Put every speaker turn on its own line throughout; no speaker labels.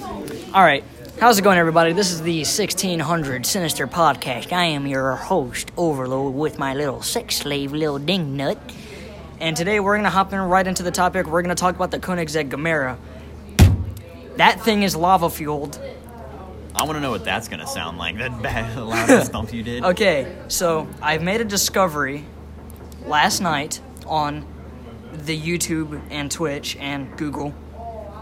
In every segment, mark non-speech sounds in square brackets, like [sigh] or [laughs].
All right. How's it going, everybody? This is the 1600 Sinister Podcast. I am your host, Overload, with my little sex slave, little ding nut. And today we're going to hop in right into the topic. We're going to talk about the Koenigsegg Gamera. That thing is lava fueled.
I want to know what that's gonna sound like. That bad [laughs] loud stump you did.
Okay, so I've made a discovery last night on the YouTube and Twitch and Google.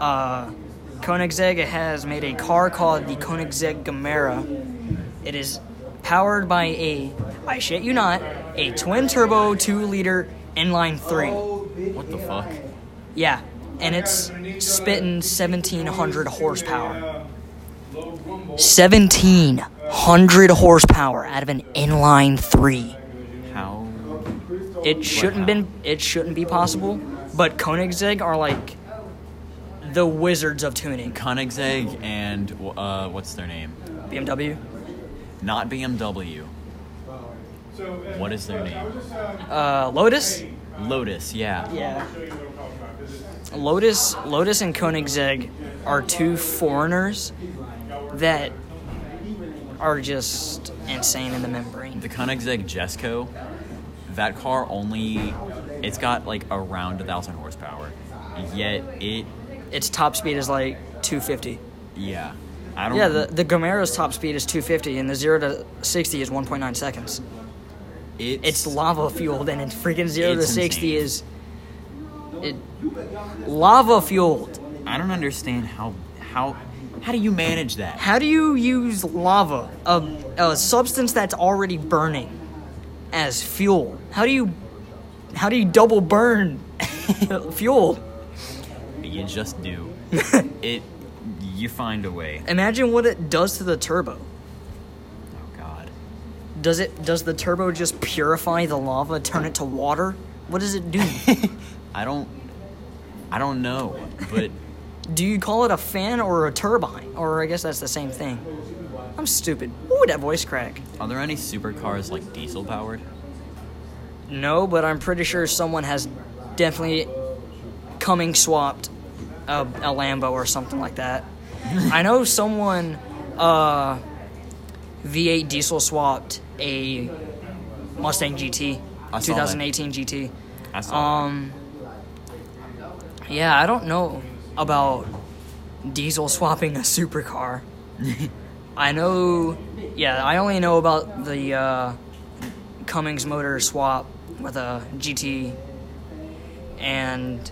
Uh, Koenigsegg has made a car called the Koenigsegg Gamera. It is powered by a, I shit you not, a twin turbo 2 liter inline 3.
What the fuck?
Yeah, and it's spitting 1700 horsepower. 1700 horsepower out of an inline 3.
How?
It shouldn't been it shouldn't be possible, but Koenigsegg are like the wizards of tuning.
Koenigsegg and uh, what's their name?
BMW.
Not BMW. What is their name?
Uh, Lotus?
Lotus. Yeah.
Yeah. Lotus Lotus and Koenigsegg are two foreigners that are just insane in the membrane.
The Koenigsegg Jesco. That car only, it's got like around a thousand horsepower. Yet it,
Its top speed is like 250.
yeah. I don't.
Yeah, the, the Gamera's top speed is 250 and the 0 to 60 is 1.9 seconds.
it's,
it's lava fueled and it's freaking zero
It's
to 60
insane.
is it lava fueled
I don't understand how how how do you manage that?
how do you use lava a, a substance that's already burning as fuel how do you how do you double burn [laughs] fuel
You just
[laughs]
do. it. You find a way.
imagine what it does to the turbo
Oh God.
does it does the turbo just purify the lava turn it to water what does
[laughs]
it do
I don't I don't know, but [laughs]
do you call it a fan or a turbine or i guess that's the same thing i'm stupid what would that voice crack
are there any supercars like diesel powered?
No, but I'm pretty sure someone has definitely coming swapped a, a Lambo or something like
[laughs]
that. I know someone uh, V8 diesel swapped a Mustang GT,
I saw that.
2018 GT.
I saw
Um, yeah, I don't know about diesel swapping a supercar. I know, yeah, I only know about the uh, Cummings motor swap with a GT and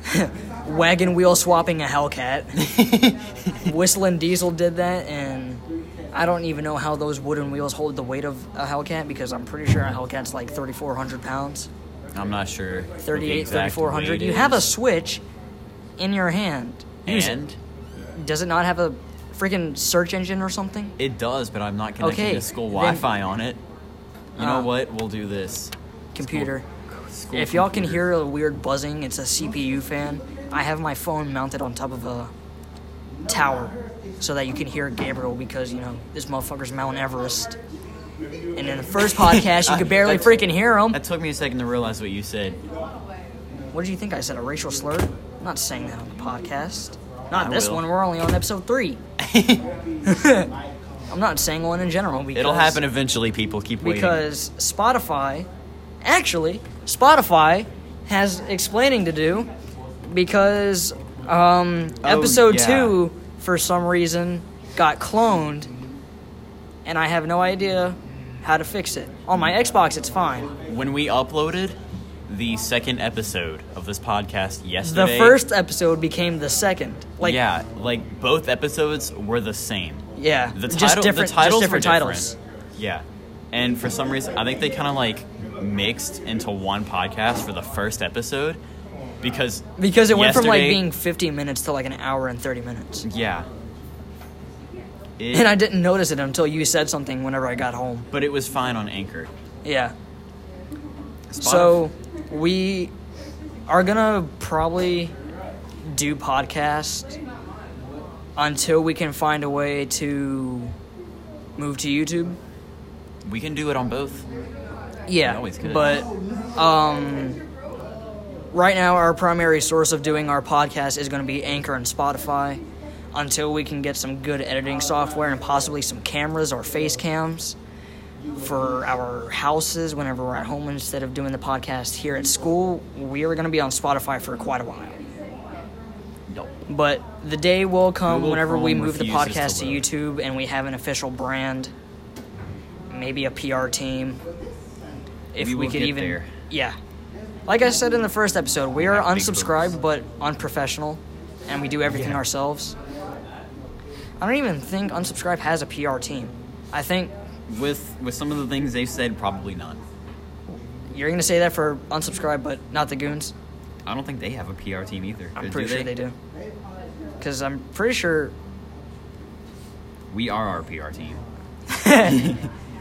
[laughs] wagon wheel swapping a Hellcat. Whistling Diesel did that, and I don't even know how those wooden wheels hold the weight of a Hellcat because I'm pretty sure a Hellcat's like 3,400 pounds.
I'm not sure. what the
38,
exact
3400.
weight
You have a
is.
Switch in your hand. Use
and
it. Does it not have a freaking search engine or something?
it does, but I'm not connected
Okay,
to school
then-
Wi-Fi on it. You
Uh,
know what? We'll do this.
Computer.
School
If y'all can
computer.
hear a weird buzzing, it's a CPU fan. I have my phone mounted on top of a tower so that you can hear Gabriel because, you know, this motherfucker's Mount Everest. And in the
[laughs]
first podcast, you could barely
That's-
freaking hear him.
That took me a second to realize what you said.
What do you think I said? A racial slur? I'm not saying that on the podcast. Not
I
this
will.
one. We're only on
[laughs]
episode three. I'm not saying one in general. Because,
It'll happen eventually. People keep waiting.
because Spotify, actually, Spotify has explaining to do because
Oh,
um, episode
yeah.
two, for some reason, got cloned, and I have no idea how to fix it. On my Xbox, it's fine.
when we uploaded the second episode of this podcast
The
yesterday,
first episode became the second. Like,
yeah, like both episodes were the same.
Yeah,
The title,
just different,
the titles
just different
were
titles.
Different. Yeah, and for some reason, I think they kind of like mixed into one podcast for the first episode because
Because it went from like
yesterday-
being 50 minutes to like an hour and 30 minutes.
yeah. It,
And I didn't notice it until you said something whenever I got home.
but it was fine on Anchor.
Yeah.
Spotify-
So we are going to probably do podcast until we can find a way to move to YouTube.
we can do it on both.
Yeah.
always could.
But um right now our primary source of doing our podcast is going to be Anchor and Spotify. until we can get some good editing software and possibly some cameras or face cams for our houses whenever we're at home instead of doing the podcast here at school. We are going to be on Spotify for quite a while.
Nope.
But the day will come
Google
whenever we
Chrome
move the
refuses
podcast
to
to, YouTube and we have an official brand, maybe a PR team. If
We
we,
will
could
get
even,
there.
yeah. Like I said in the first episode, we are
have big
unsubscribed but unprofessional, and we do everything ourselves. I don't even think unsubscribe has a PR team. I think
With with some of the things they've said, probably none.
you're gonna say that for unsubscribe, but not the goons.
I don't think they have a PR team either.
I'm pretty sure they Uh, do. Because I'm pretty sure
We are our PR team.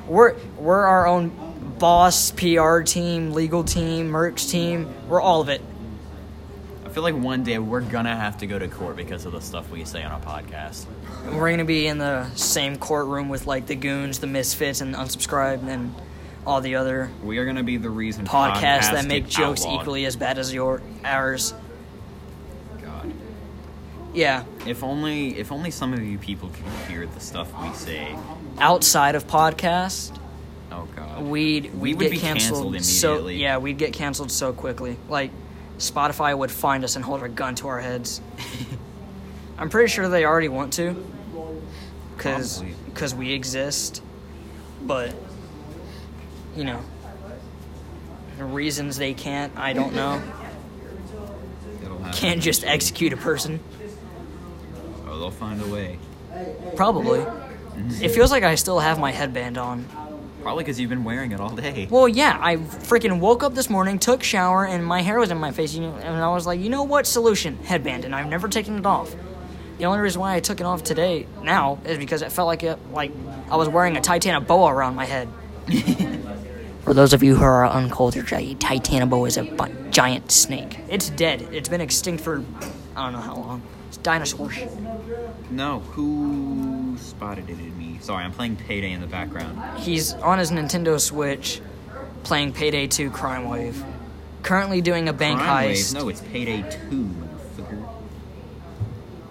We're we're our own boss, PR team, legal team, merch team. We're all of it.
I feel like one day we're gonna have to go to court because of the stuff we say on our podcast.
We're gonna be in the same courtroom with like the goons, the misfits, and unsubscribed, and all the other
We are gonna be the reason
podcasts that
podcasts
make
get
jokes
outlawed.
equally as bad as your ours.
God.
Yeah,
If only if only some of you people could hear the stuff we say.
outside of podcast,
Oh God.
we'd we'd
We would
get
be
canceled,
canceled
so
immediately.
yeah, we'd get canceled so quickly. Like Spotify would find us and hold a gun to
[laughs]
our heads. I'm pretty sure they already want to, because
Probably.
we exist, but you know the reasons they can't, I
[laughs]
don't know.
It'll happen.
Can't just execute a person,
Oh, they'll find a way.
probably.
Mm-hmm.
It feels like I still have my headband on.
Probably because you've been wearing it all day.
Well, yeah, I freaking woke up this morning, took shower, and my hair was in my face, you know, and I was like, you know what, solution, headband, and I've never taken it off. The only reason why I took it off today now is because it felt like it, like I was wearing a Titana boa around my head. For those of you who are uncultured, a Titana boa is a bu- giant snake. It's dead. It's been extinct for I don't know how long. It's dinosaur shit.
No, who spotted it in me? Sorry, I'm playing Payday in the background.
He's on his Nintendo Switch playing Payday 2 Crime Wave. Currently doing a bank
Crime Wave?
heist.
No, it's Payday 2, motherfucker.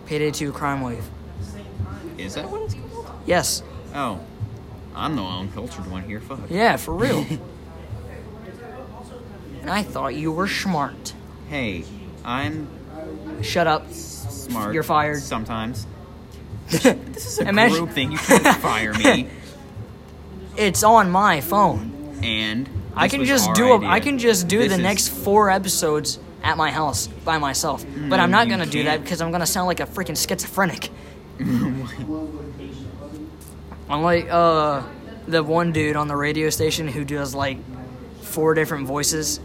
Payday 2 Crime Wave.
Is that what it's called?
Yes.
Oh, I'm the uncultured one here. Fuck.
Yeah, for real. and I thought you were smart.
Hey, I'm
Shut up.
smart.
You're fired. [laughs]
Sometimes. This is a
Imagine-
group thing. You can't [laughs] fire me.
It's on my phone.
And
I
this
can
was
just
our
do a,
idea.
I can just do
This
the
is-
next 4 episodes at my house by myself. but I'm not
Mm, you
going to do that
can't.
because I'm going to sound like a freaking
[laughs]
schizophrenic. I'm like uh the one dude on the radio station who does like four different voices.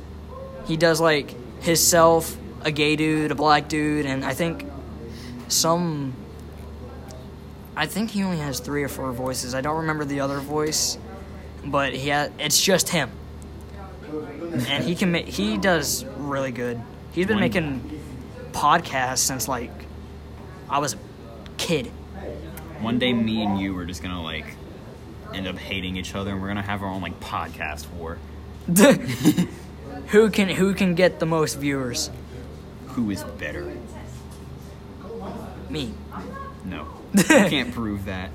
He does like himself, a gay dude, a black dude, and I think some I think he only has three or four voices. I don't remember the other voice, but he ha- it's just him. and he can ma- he does really good. He's been
One-
making podcasts since like I was a
[laughs]
kid.
One day, me and you are just gonna like end up hating each other, and we're gonna have our own like podcast war.
who can who can get the most viewers?
Who is better?
Me. [laughs]
No, you can't prove that.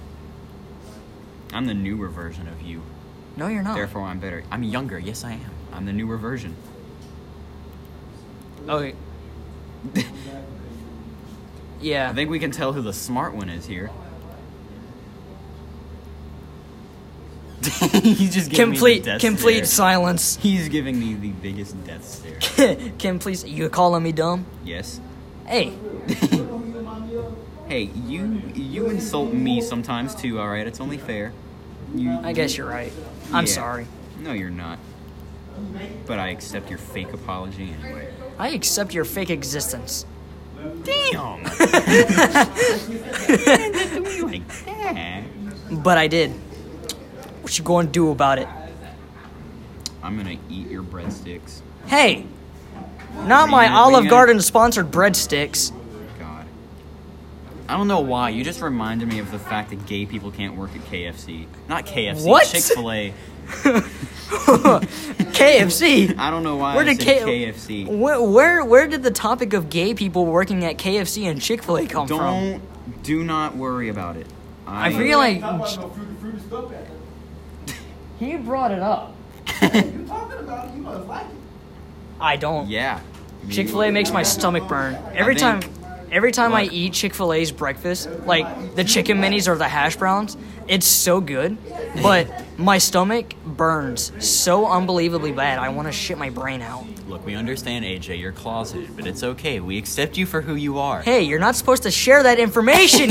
I'm the newer version of you.
No, you're not.
Therefore, I'm better. I'm younger. Yes, I am. I'm the newer version. [laughs]
Okay. yeah.
I think we can tell who the smart one is here. [laughs] He's just giving me
complete
the death
complete
Stare.
silence. [laughs]
He's giving me the biggest death stare.
complete. You calling me dumb?
yes.
Hey,
Hey, you you insult me sometimes too. All right, it's only fair. You,
I guess you're right. I'm
Yeah.
sorry.
No, you're not. But I accept your fake apology anyway.
I accept your fake existence. [laughs]
Damn. [laughs] like that.
But I did. What you going to do about it?
I'm gonna eat your breadsticks.
Hey, not my
Read it,
Olive
read it.
Garden sponsored breadsticks. [laughs]
God. I don't know why. You just reminded me of the fact that gay people can't work at KFC. Not KFC.
What?
Chick Fil A.
KFC.
[laughs] I don't know why.
Where
I
did
said
K-
KFC?
Where, where where did the topic of gay people working at KFC and Chick Fil A come from?
Don't
Do not worry about it.
I feel like [laughs] he brought it up.
You talking about it, you must like it.
I don't.
Yeah. Me-
Chick Fil A makes my stomach burn every
I
time.
think-
Every time
Look.
I eat Chick Fil A's breakfast, like the chicken minis or the hash browns, it's so good,
[laughs]
but my stomach burns so unbelievably bad. I want to shit my brain out.
Look, we understand, AJ, you're closeted, but it's okay. We accept you for who you are.
Hey, you're not supposed to share that information,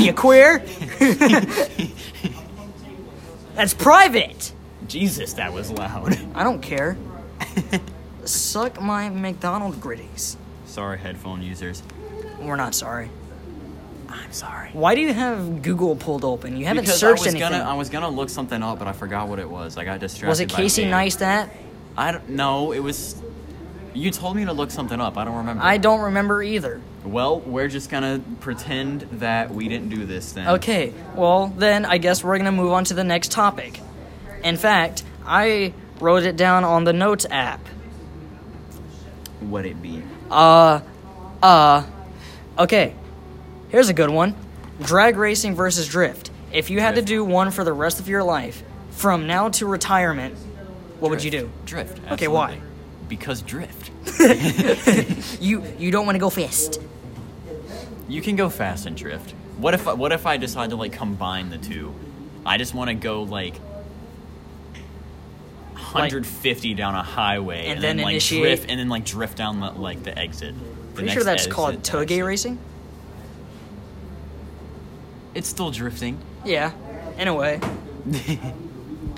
[laughs]
you queer. That's private.
Jesus, that was loud. [laughs]
I don't care. Suck my McDonald gritties.
Sorry, headphone users.
We're not sorry.
I'm sorry.
Why do you have Google pulled open? You haven't
because
searched
I was
anything.
gonna, I was gonna look something up, but I forgot what it was. I got distracted.
was it
by
Casey
Dave.
Neistat?
I don't know. It was. You told me to look something up. I don't remember.
I don't remember either.
Well, we're just gonna pretend that we didn't do this then.
Okay, well, then I guess we're gonna move on to the next topic. In fact, I wrote it down on the notes app.
What it be?
Uh, uh, okay, here's a good one drag racing versus drift. If you had to
Drift.
do one for the rest of your life, from now to retirement, what would you do?
Drift.
Okay, why?
absolutely. Because drift.
You you don't want to go fast.
You can go fast and drift. What if what if I decide to like combine the two? I just want to go like 150 down a highway
And
and,
then
then, like
initiate-
drift and then like drift down the, like the exit. The
Pretty
next
sure that's
exit,
called
next
toge
exit.
racing.
It's still drifting.
Yeah. Anyway,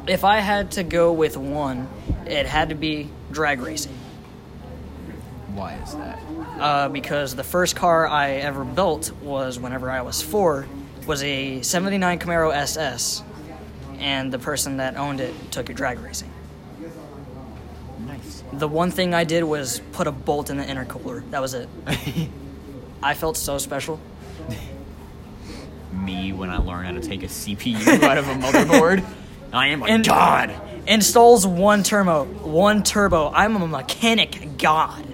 if I had to go with one, it had to be drag racing.
Why is that?
uh, because the first car I ever built was whenever I was four, was a '79 Camaro SS, and the person that owned it took it drag racing.
Nice.
The one thing I did was put a bolt in the intercooler. That was it. I felt so special.
Me when I learn how to take a CPU out of a
[laughs]
motherboard, I am a
And-
god.
Installs one turbo, one turbo. I'm a mechanic god.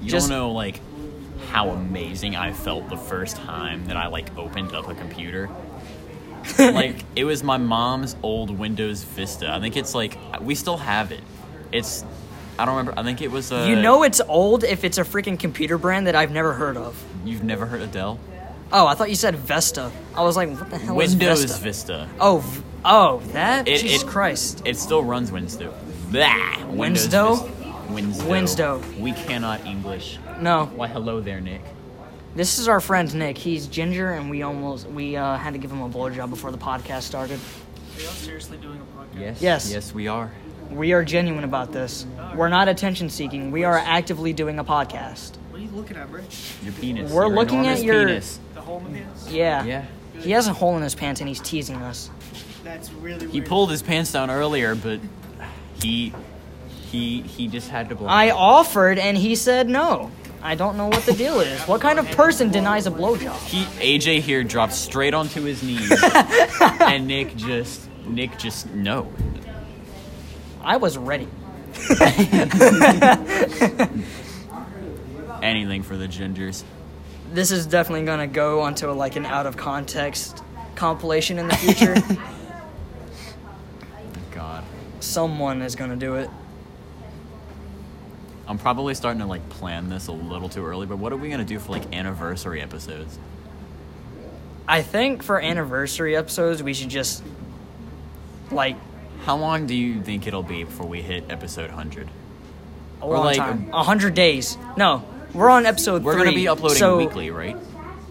You
Just-
don't know like how amazing I felt the first time that I like opened up a
[laughs]
computer. like it was my mom's old Windows Vista. I think it's like we still have it. It's I don't remember. I think it was. Uh,
You know it's old if it's a freaking computer brand that I've never heard of.
You've never heard of Dell.
Oh, I thought you said Vesta. I was like, what the hell
Windows
is Vesta?
Vista.
Oh, v- oh, that?
It-
Jesus
it-
Christ.
It still runs Windows. Blah. Windows.
Winsdo?
Vista. Winsdo.
Winsdo.
We cannot English.
No,
Why, hello there, Nick.
this is our friend Nick. He's ginger, and we almost we uh, had to give him a blowjob before the podcast started.
Are y'all seriously doing a podcast?
Yes.
Yes.
Yes, we are.
We are genuine about this. We're not attention seeking. We are actively doing a podcast.
What are you looking at, Rich?
Your penis.
We're
your
looking at
enormous
your-
penis.
The whole of this?
Yeah.
Yeah.
He has a hole in his pants, and he's teasing us.
That's really
He
weird.
pulled his pants down earlier, but he he he just had to blow.
I offered, and he said no. I don't know what the deal is. What kind of person denies a blowjob?
he AJ here dropped straight onto his
[laughs]
knees, and Nick just Nick just no.
I was ready.
Anything for the gingers.
This is definitely gonna go onto like an out of context compilation in
[laughs]
the future.
God,
Someone is gonna do it.
I'm probably starting to like plan this a little too early. But what are we gonna do for like anniversary episodes?
I think for anniversary episodes, we should just like
How long do you think it'll be before we hit episode 100?
a
Or,
long
like,
time, a hundred days. No, we're on episode.
We're
three,
gonna be uploading
so
weekly, right?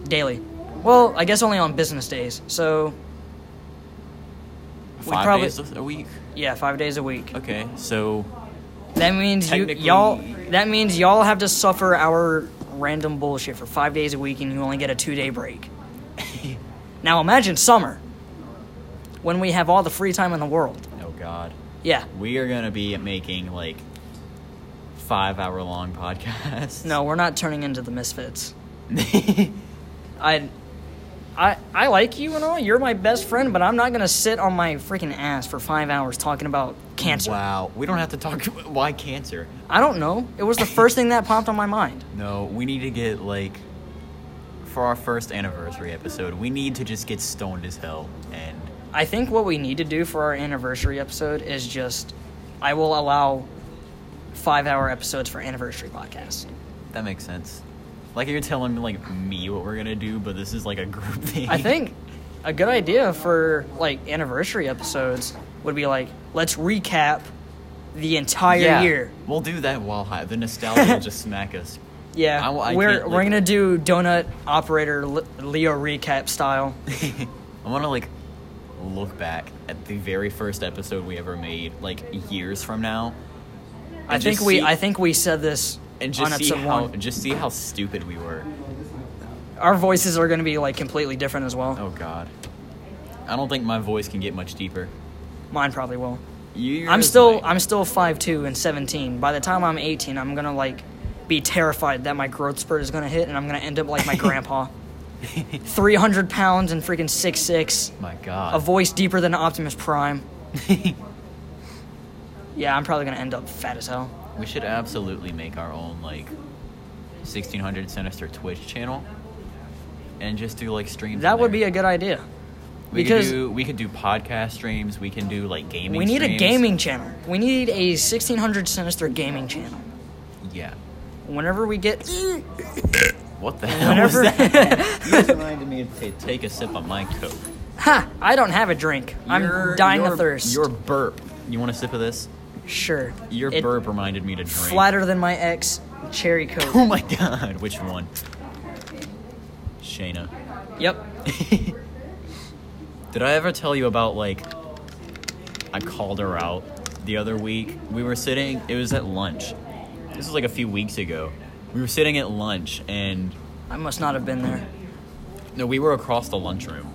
daily. Well, I guess only on business days. So
Five
probably-
days a week.
yeah, five days a week.
Okay, so
That means you
Technically-
y'all. That means y'all have to suffer our random bullshit for five days a week, and you only get a two day
[laughs]
break. now imagine summer, when we have all the free time in the world.
oh God.
Yeah.
We are gonna be making like five hour long podcasts. [laughs]
No, we're not turning into the misfits. I, I, I like you and all. You're my best friend, but I'm not gonna sit on my freaking ass for five hours talking about cancer.
Wow. We don't have to talk. [laughs] Why cancer?
I don't know. It was the first thing that popped on my mind.
No, we need to get like for our first anniversary episode, we need to just get stoned as hell and
I think what we need to do for our anniversary episode is just I will allow five hour episodes for anniversary podcast.
That makes sense. Like you're telling me, like me what we're gonna do, but this is like a group [laughs] thing.
I think a good idea for like anniversary episodes would be like let's recap the entire year.
We'll do that while high. The nostalgia will just smack us.
Yeah,
I w- I
we're
can't
we're
live
gonna do donut operator Le- Leo recap style.
[laughs] I want to like look back at the very first episode we ever made, like years from now,
I
And
think
just
we
see-
I think we said this
and
on
just see
episode
how
one.
just see how stupid we were.
Our voices are gonna be like completely different as well.
Oh God, I don't think my voice can get much deeper.
Mine probably will.
You,
I'm still I'm still five two and seventeen. By the time I'm eighteen, I'm gonna like be terrified that my growth spurt is gonna hit and I'm gonna end up
[laughs]
like my grandpa, three hundred pounds and freaking six six,
my God.
a voice deeper than
[laughs]
Optimus Prime. yeah, I'm probably gonna end up fat as hell.
We should absolutely make our own like 1600 Sinister Twitch channel and just do like streams.
That
on
would be
there.
a good idea.
we
because-
could do, we could do podcast streams. We can do like gaming.
We need a
streams.
gaming channel. We need a 1600 Sinister gaming channel.
Yeah.
Whenever we get
What the hell was
[laughs] whenever
that? You just reminded me to take a sip of my coke.
[laughs] ha, I don't have a drink.
Your-
I'm dying
your-
of thirst.
Your burp. You want a sip of this?
sure.
Your
It-
burp reminded me to drink.
flatter than my ex cherry coke.
Oh my god. Which one? Shayna.
[laughs]
[laughs]
yep.
Did I ever tell you about like I called her out the other week? We were sitting, it was at lunch. This was like a few weeks ago. We were sitting at lunch and
I must not have been there.
no, we were across the lunchroom.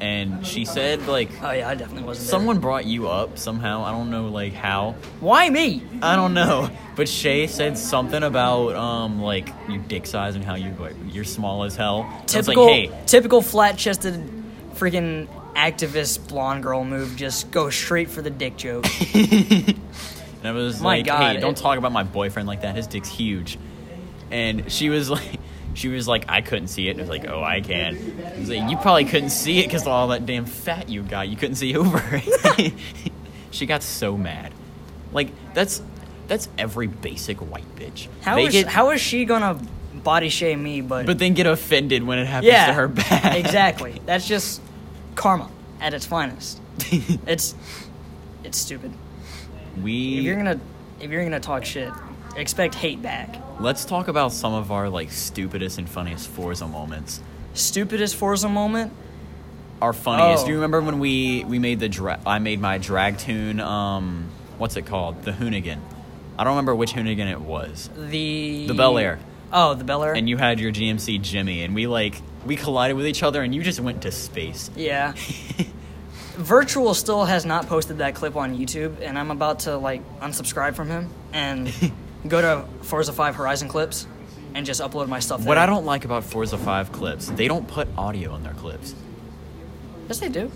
And she said like
Oh yeah, I definitely wasn't. there.
someone brought you up somehow. I don't know like how.
Why me?
I don't know. [laughs] But Shay said something about um like your dick size and how you like, you're small as hell.
Typical
I was like, hey,
typical flat chested freaking activist blonde girl move. Just go straight for the dick [laughs] joke.
And I was
My
like,
God,
hey, don't
it-
talk about my boyfriend like that. His dick's huge. And she was [laughs] like, she was like, I couldn't see it. And I was like, oh, I can. I was like, you probably couldn't see it because of all that damn fat you got. You couldn't see [laughs] over it. she got so mad. Like, that's that's every basic white bitch.
How
They
is
get-
how is she gonna body shame me? But
but then get offended when it happens
yeah,
to her back.
exactly. That's just karma at its [laughs] finest. it's it's stupid.
[laughs] We
If you're gonna if you're gonna talk shit, expect hate back.
let's talk about some of our like stupidest and funniest Forza moments.
Stupidest Forza moment.
our funniest.
Oh.
Do you remember when we we made the dra- I made my drag tune? Um, what's it called? The Hoonigan. I don't remember which Hoonigan it was.
The
The Bel Air.
Oh, the Bel Air.
And you had your GMC Jimmy, and we like we collided with each other, and you just went to space.
Yeah.
[laughs]
Virtual still has not posted that clip on YouTube, and I'm about to like unsubscribe from him
[laughs]
and go to Forza Five Horizon clips and just upload my stuff.
What
there.
I don't like about Forza Five clips, they don't put audio in their clips.
yes they do.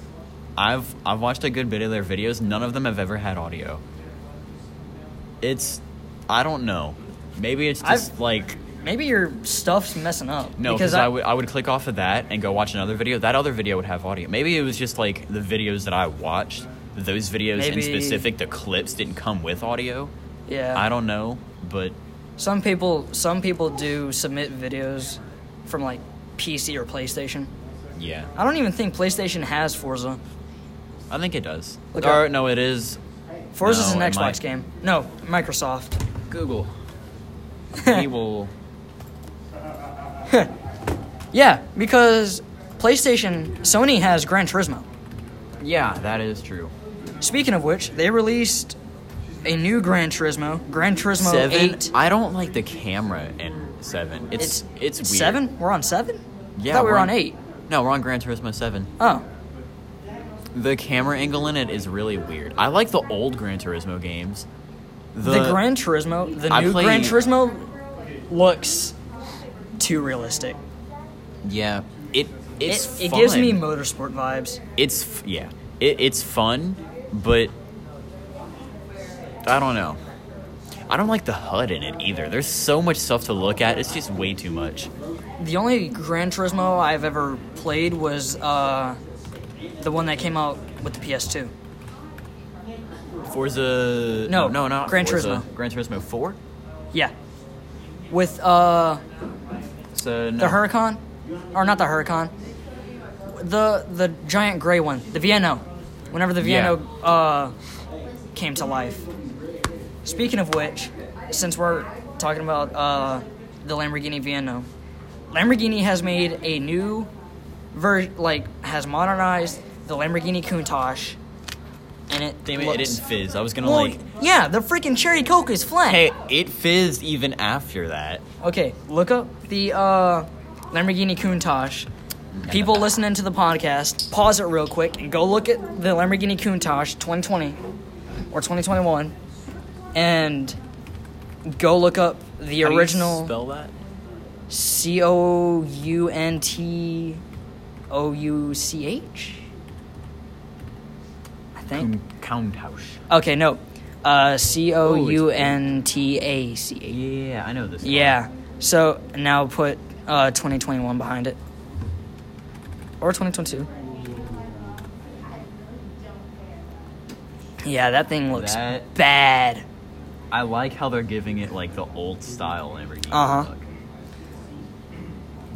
I've I've watched a good bit of their videos. None of them have ever had audio. It's I don't know. Maybe it's just like
Maybe your stuff's messing up.
No, because I would I would click off of that and go watch another video. That other video would have audio. Maybe it was just like the videos that I watched. Those videos
Maybe-
in specific, the clips didn't come with audio.
Yeah.
I don't know, but
Some people some people do submit videos from like PC or PlayStation.
yeah,
I don't even think PlayStation has Forza.
I think it does.
Look
or
up.
no, it is
Forza's
No,
an
it
Xbox
might-
game. No, Microsoft.
Google. we will.
Yeah, because PlayStation Sony has Gran Turismo.
Yeah, that is true.
Speaking of which, they released a new Gran Turismo, Gran Turismo
seven.
8.
I don't like the camera in seven. It's it's, weird.
Seven? We're on seven?
Yeah,
I thought we
we're
were on
on-
eight.
No, we're on Gran Turismo seven.
Oh,
The camera angle in it is really weird. I like the old Gran Turismo games.
the, Gran Turismo, the
I
new
play-
Gran Turismo looks too realistic.
Yeah, it
It,
it's
it gives me
fun.
motorsport vibes.
it's f- yeah, it, it's fun, but I don't know. I don't like the HUD in it either. There's so much stuff to look at. It's just way too much.
the only Gran Turismo I've ever played was uh, the one that came out with the PS2.
Forza.
No,
no, no.
Gran
Forza.
Turismo.
Gran Turismo Four.
Yeah, with uh,
So no.
the Huracan, or not the Huracan, the the giant gray one, the Vienno. Whenever the
Yeah.
Vienno uh, came to life. Speaking of which, since we're talking about uh, the Lamborghini Vienno, Lamborghini has made a new version, like has modernized the Lamborghini Countach, and it
Damn it!
looks.
It didn't fizz. I was gonna
Well,
like.
yeah, the freaking cherry coke is flat.
Hey, it fizzed even after that.
Okay, look up the uh, Lamborghini Countach. People listening to the podcast, pause it real quick and go look at the Lamborghini Countach 2020 or 2021, and go look up the
How do you
original
spell that?
C O U N T O U C H. I think.
Counthouse.
Okay, no. Uh, C O U N T A C H.
Yeah, I know this. one.
Yeah. So now put uh, 2021 behind it. Or 2022. Yeah, that thing looks
That-
bad.
I like how they're giving it like the old style Lamborghini
Uh-huh.
look.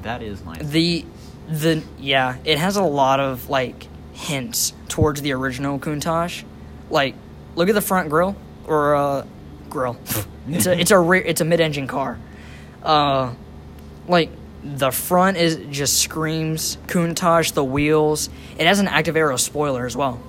That is nice.
The the yeah, it has a lot of like hints towards the original Countach. Like look at the front grill or uh
[laughs]
grill. it's a it's a rear it's a mid-engine car. Uh like the front is just screams Countach, the wheels. It has an active aero spoiler as well.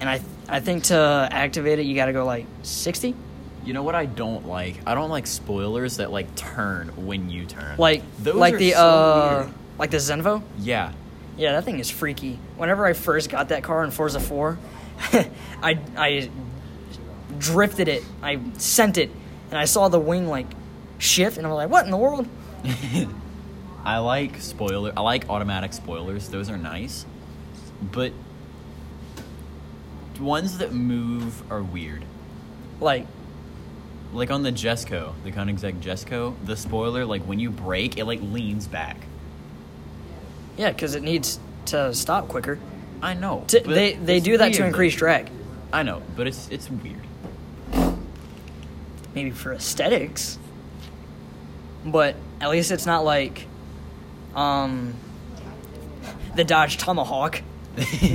And I I think to activate it you got to go like 60.
You know what I don't like? I don't like spoilers that like turn when you turn.
Like
Those
like
are
the
so
uh
weird.
like the Zenvo.
yeah.
Yeah, that thing is freaky. Whenever I first got that car in Forza 4, [laughs] I, I drifted it. I sent it, and I saw the wing like shift, and I'm like, what in the world?
I like spoiler. I like automatic spoilers. Those are nice, but ones that move are weird.
Like,
Like on the Jesco, the Koenigsegg Jesco, the spoiler like when you brake, it like leans back.
yeah, because it needs to stop quicker.
I know.
T-
but
they they
it's
do that to
weird,
increase
like-
drag,
I know, but it's it's weird.
[laughs] maybe for aesthetics, but at least it's not like um, the Dodge Tomahawk.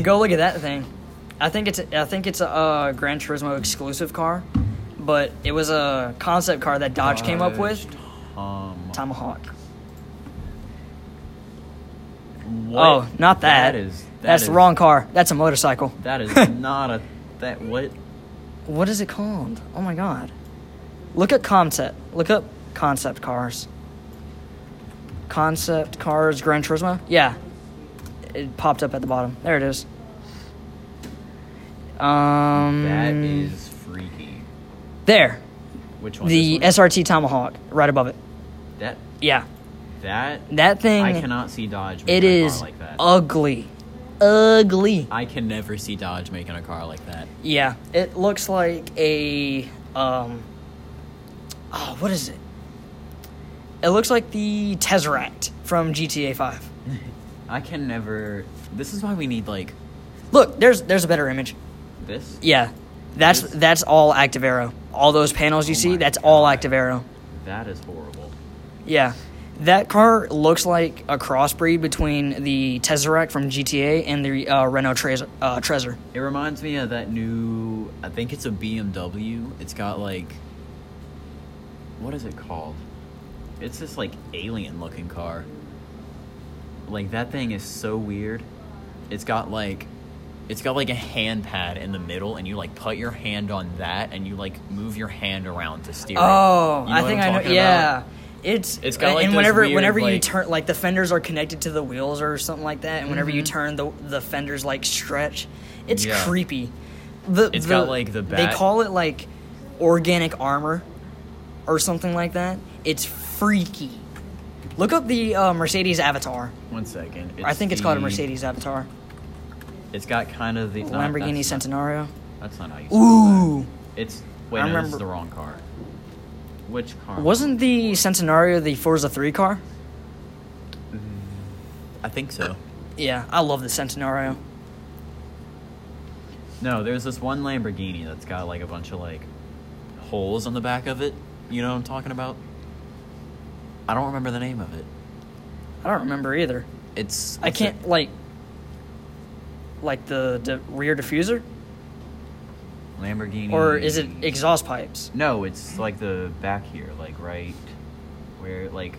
Go look at that thing. I think it's I think it's a, uh Gran Turismo exclusive car, but it was a concept car that Dodge came up with.
Um,
Tomahawk.
what?
Oh, not that.
That is that
That's
is-
the wrong car. That's a motorcycle.
That
[laughs]
is not a that what
What is it called? Oh my god. Look at concept. Look up concept cars. Concept cars Gran Turismo? Yeah. It popped up at the bottom. There it is. Um
that is freaky.
there.
Which one?
The
This
SRT Tomahawk right above it.
one? that
Yeah.
that
That thing
I cannot see Dodge.
it
Making a
is
car like that.
ugly. Ugly.
I can never see Dodge making a car like that.
Yeah, it looks like a um oh, what is it? It looks like the Tesseract from GTA 5.
I can never. This is why we need like
Look, there's there's a better image.
this.
Yeah. That's
This?
that's all active arrow. All those panels you
Oh
see,
my
that's all
God.
active arrow.
That is horrible.
Yeah. That car looks like a crossbreed between the Tesseract from GTA and the uh, Renault Trez- uh, Trezor.
It reminds me of that new. I think it's a BMW. It's got like. What is it called? It's this like alien looking car. Like that thing is so weird. It's got like. It's got like a hand pad in the middle, and you like put your hand on that, and you like move your hand around to steer. it.
Oh,
You know
I
what
think
I'm
I know.
talking
Yeah,
about?
it's uh,
It's got, like,
and
those
whenever
weird,
whenever you
like-
turn like the fenders are connected to the wheels or something like that, and whenever you turn the the fenders like stretch, it's
Mm-hmm. Yeah.
creepy. The
It's
the-
got, like, the
they
back-
call it like organic armor or something like that. It's freaky. Look up the uh, Mercedes Avatar.
One second.
I think it's called a
the-
Mercedes Avatar.
It's got kind of the not-
Lamborghini
that's not-
Centenario.
That's not how you. spell that.
Ooh,
It's wait,
I
no, this
remember-
is the wrong car. which car?
Wasn't the Centenario the Forza 3 car?
I think so.
Yeah, I love the Centenario.
No, there's this one Lamborghini that's got like a bunch of like holes on the back of it. You know what I'm talking about? I don't remember the name of it.
I don't remember either.
It's
I
it's a-
can't like like the, the rear diffuser
Lamborghini.
or is it exhaust pipes?
No, it's like the back here, like right where like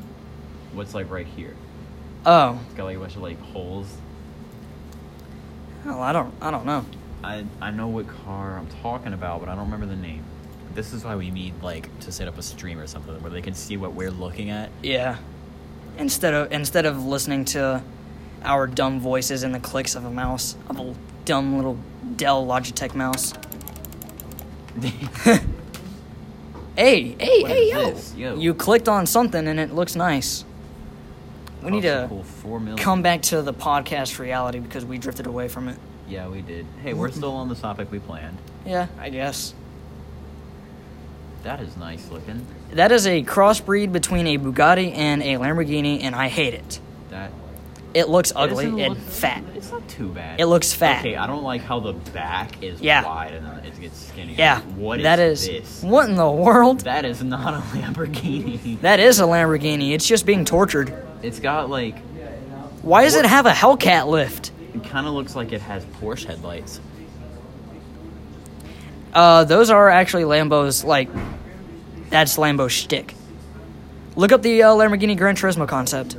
what's like right here.
Oh,
It's got like a bunch of like holes.
well, I don't I don't know.
I I know what car I'm talking about, but I don't remember the name. This is why we need like to set up a stream or something where they can see what we're looking at.
Yeah. Instead of instead of listening to our dumb voices and the clicks of a mouse, of a dumb little Dell Logitech mouse. [laughs] Hey, hey,
What
hey,
is
yo.
this? Yo.
You clicked on something and it looks nice. We
[laughs]
need to
Popsicle, four million.
come back to the podcast reality because we drifted away from it.
Yeah, we did. Hey, we're still on the topic we planned.
Yeah, I guess.
That is nice looking.
That is a crossbreed between a Bugatti and a Lamborghini, and I hate it.
That
It looks
that
ugly
doesn't
and
look-
fat.
It's not too bad.
It looks fat.
Okay, I don't like how the back is
Yeah.
wide and then it gets skinnier.
Yeah,
What is
that is
this?
what in the world?
That is not a Lamborghini.
[laughs] That is a Lamborghini. It's just being tortured.
It's got like
Why does it have a Hellcat lift?
it kind of looks like it has Porsche headlights.
Uh, those are actually Lambos. Like, that's Lambo shtick. Look up the uh, Lamborghini Gran Turismo concept.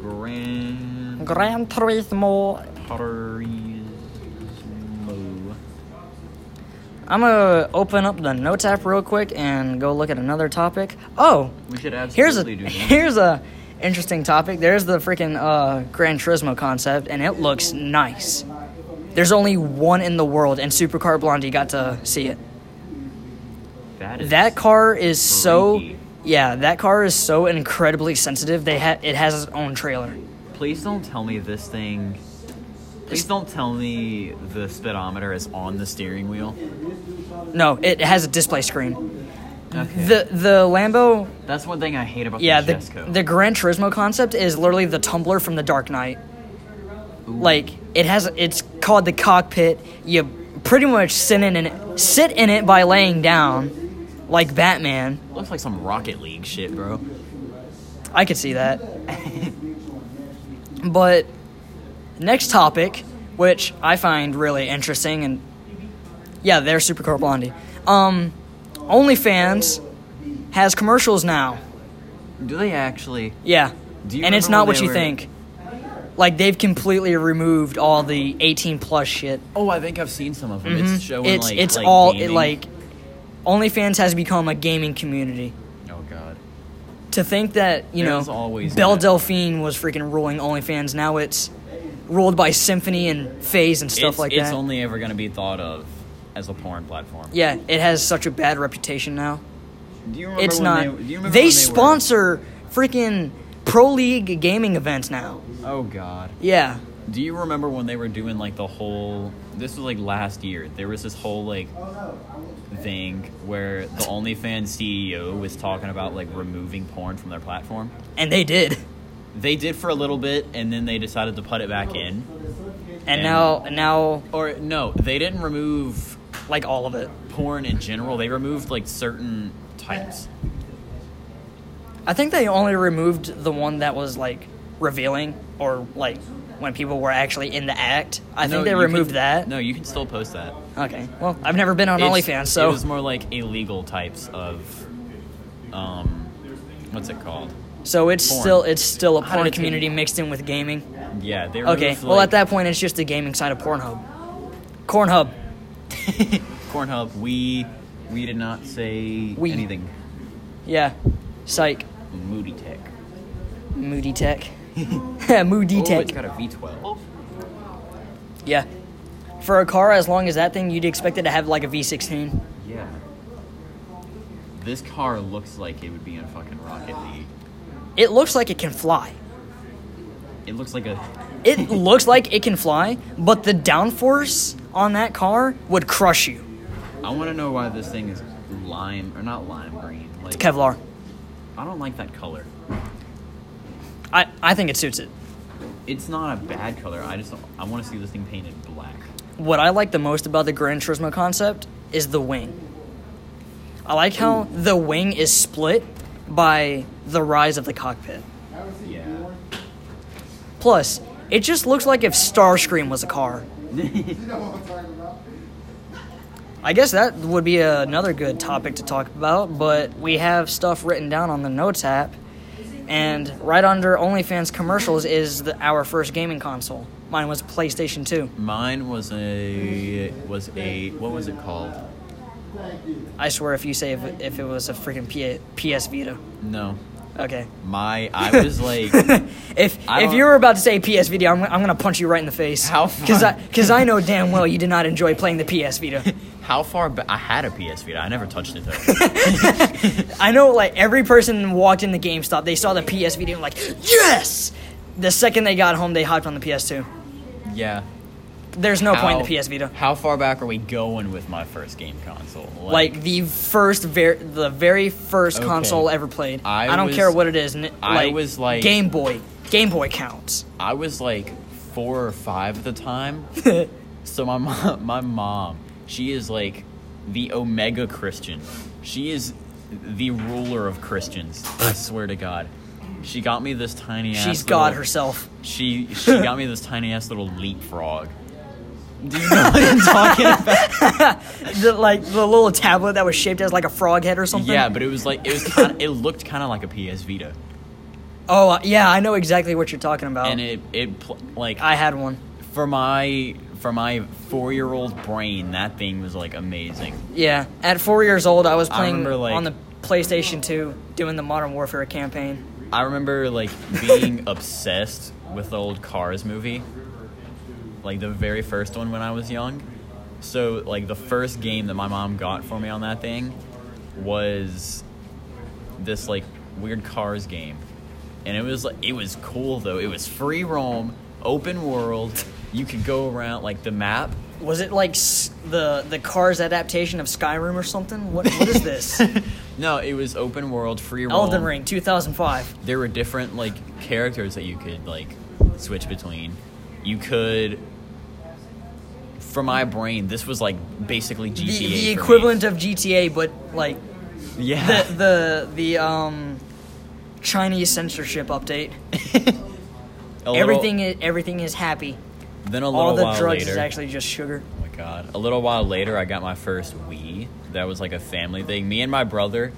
Grand
Gran Turismo.
Turismo.
I'm gonna open up the notes app real quick and go look at another topic. Oh,
We should
Here's a
absolutely do
[laughs]
that.
here's a interesting topic. There's the freaking uh, Gran Turismo concept, and it looks nice. There's only one in the world, and Supercar Blondie got to see it.
That, is
That car is so,
freaky.
yeah, that car is so incredibly sensitive. They ha- it has its own trailer.
Please don't tell me this thing. Please don't tell me the speedometer is on the steering wheel.
No, it has a display screen.
Okay.
The the Lambo,
That's one thing I hate about
yeah,
the
the
Jesco.
the Gran Turismo concept is literally the tumbler from the Dark Knight. like it has it's called the cockpit you pretty much sit in it sit in it by laying down like batman
looks like some Rocket League shit, bro.
i could see that but next topic which i find really interesting and yeah they're supercar blondie um onlyfans has commercials now
Do they actually?
yeah
Do you
and it's
remember
not
when
what
they
you
were- Oh,
think like they've completely removed all the 18 plus shit
Oh, I think I've seen some of them. It's showing
Mm-hmm. it's
like
it's
like
all it,
gaming.
like OnlyFans has become a gaming community.
Oh god.
To think that you
It
know
was always
Belle
that.
Delphine was freaking ruling OnlyFans, now it's ruled by Symphony and Phase and stuff
it's,
like
it's
that.
only ever going to be thought of as a porn platform.
yeah, it has such a bad reputation now.
Do you remember
It's
when They,
not.
do you
they
remember when
sponsor freaking pro league gaming events now.
Were, oh god.
Yeah,
Do you remember when they were doing like the whole? This was like last year. There was this whole like thing where the OnlyFans CEO was talking about like removing porn from their platform.
and they did.
They did for a little bit, and then they decided to put it back in.
And
And-
now now
Or no, they didn't remove
like all of it.
porn in general. They removed like certain types.
I think they only removed the one that was like revealing or like when people were actually in the act. I
No,
think they
you
removed
can-
that.
No, you can still post that.
Okay. Well, I've never been on
It's-
OnlyFans,
it
so
was more like illegal types of, um, what's it called?
so it's
porn.
still it's still a
How did
porn
it take-
community mixed in with gaming.
Yeah, they.
Okay.
removed,
Well,
like,
at that point, it's just the gaming side of Pornhub. Cornhub.
Cornhub, we we did not say
We.
anything.
Yeah. Psych.
Moody Tech.
Moody Tech. [laughs] Moody
Oh,
Tech.
it's got a V12.
yeah. For a car as long as that thing, you'd expect it to have like a V16.
Yeah. This car looks like it would be in fucking Rocket League.
It looks like it can fly.
It looks like a.
It looks like it can fly, but the downforce on that car would crush you.
I want to know why this thing is lime or not lime green. Like
Kevlar.
I don't like that color.
I, I think it suits it.
It's not a bad color. I just don't, I want to see this thing painted black.
What I like the most about the Gran Turismo concept is the wing. I like how the wing is split by the rise of the cockpit.
Yeah.
Plus, it just looks like if Starscream was a car. I guess that would be another good topic to talk about, but we have stuff written down on the notes app, and right under OnlyFans commercials is the, our first gaming console. Mine was PlayStation 2.
Mine was a was a what was it called?
I swear if you say if, if it was a freaking P- PS Vita.
No.
Okay. [laughs]
My I was like
If
I
if
don't-
you were about to say PS Vita, I'm, I'm gonna punch you right in the face. [laughs]
How
Because I
fun.
because I know damn well you did not enjoy playing the PS
[laughs]
Vita.
how far ba- I had a PS Vita. I never touched it
[laughs]
though.
I know like every person walked in the GameStop, they saw the PS Vita and like yes. The second they got home, they hopped on the PS2.
yeah.
There's no point
How-
in the PS Vita.
How far back are we going with my first game console?
Like the first, ver- the very first
Okay.
console ever played.
I
don't
was-
care what it is. n- Like,
I was, like-
Game Boy. Game Boy counts.
I was like four or five at the
[laughs]
time. so my mom, my mom, she is like the omega Christian. She is the ruler of Christians. I swear to God. She got me this tiny ass.
She's God
little-
herself.
She she got me this tiny ass little
[laughs]
leapfrog. Do you know what I'm talking about?
the, like the little tablet that was shaped as like a frog head or something.
Yeah, but it was like it was kind it looked kind of like a PS Vita,
Oh uh, yeah, I know exactly what you're talking about.
and it it pl- like
I had one.
for my for my four year old brain that thing was like amazing.
Yeah, at four years old, I was
I
playing
remember, like-
on the PlayStation Two, doing the Modern Warfare campaign.
I remember like being obsessed with the old Cars movie, like the very first one when I was young. So like the first game that my mom got for me on that thing was this like weird Cars game, and it was like it was cool though. It was free roam, open world. You could go around like the map. [laughs]
Was it like s- the the Cars adaptation of Skyrim or something? What what is this?
[laughs] No, it was open world, free roam.
Elden Ring 2005.
there were different like characters that you could like switch between. You could for my brain, this was like basically
The,
GTA.
the
for me.
equivalent of GTA, but like
[sighs] yeah.
the the the um Chinese censorship update.
A little-
Everything is everything is happy.
Then a little
All the
while
drugs
later,
is actually just sugar.
Oh my god! A little while later, I got my first Wii. That was like a family thing. Me and my brother.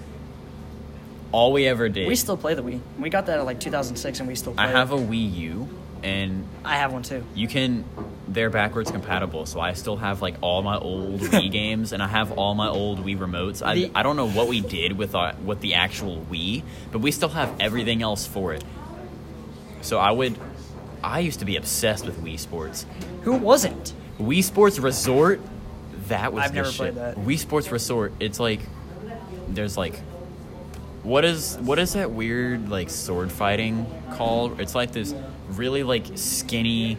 All we ever did.
We still play the Wii. We got that at like 2006, and we still. Play
I have
It.
a Wii U, and
I have one too.
you can they're backwards compatible so i still have like all my old wii games and i have all my old wii remotes i,
The-
I don't know what we did with our, with the actual wii but we still have everything else for it so i would i used to be obsessed with wii sports
Who wasn't?
wii sports resort that was
I've
the
never
shit.
played that.
wii sports resort it's like there's like what is what is that weird like sword fighting called? It's like this really like skinny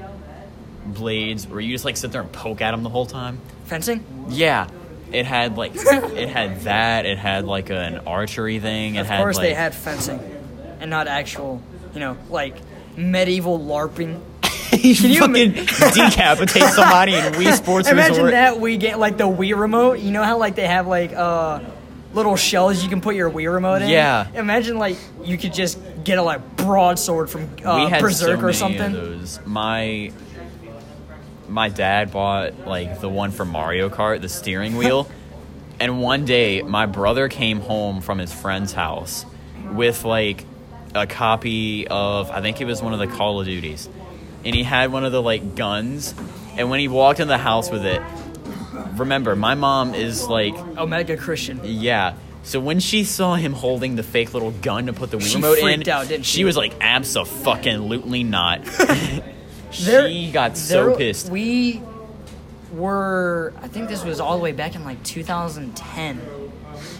blades where you just like sit there and poke at them the whole time.
Fencing?
Yeah, it had
[laughs]
like it had that. It had like an archery thing. It
of
had
course they
like-
had fencing, and not actual, you know, like medieval LARPing.
[laughs] you
you
fucking
ima- [laughs]
decapitate somebody in Wii [laughs] Sports
Imagine
Resort.
that Wii game, like the Wii remote. You know how like they have like uh little shells you can put your Wii remote in.
Yeah.
Imagine like you could just get a like broadsword from uh,
we had so
Berserk
many
or
of
something.
those. My my dad bought like the one for Mario Kart, the
[laughs]
steering wheel. and one day, my brother came home from his friend's house with like a copy of I think it was one of the Call of Duties, and he had one of the like guns. And when he walked in the house with it, remember, my mom is like
Omega Christian.
yeah. So when she saw him holding the fake little gun to put the Wii
She
remote
freaked
in,
out, didn't she?
was like, "Absolutely
[laughs]
not." she
There-
got so
there-
pissed.
We were, I think this was all the way back in like 2010.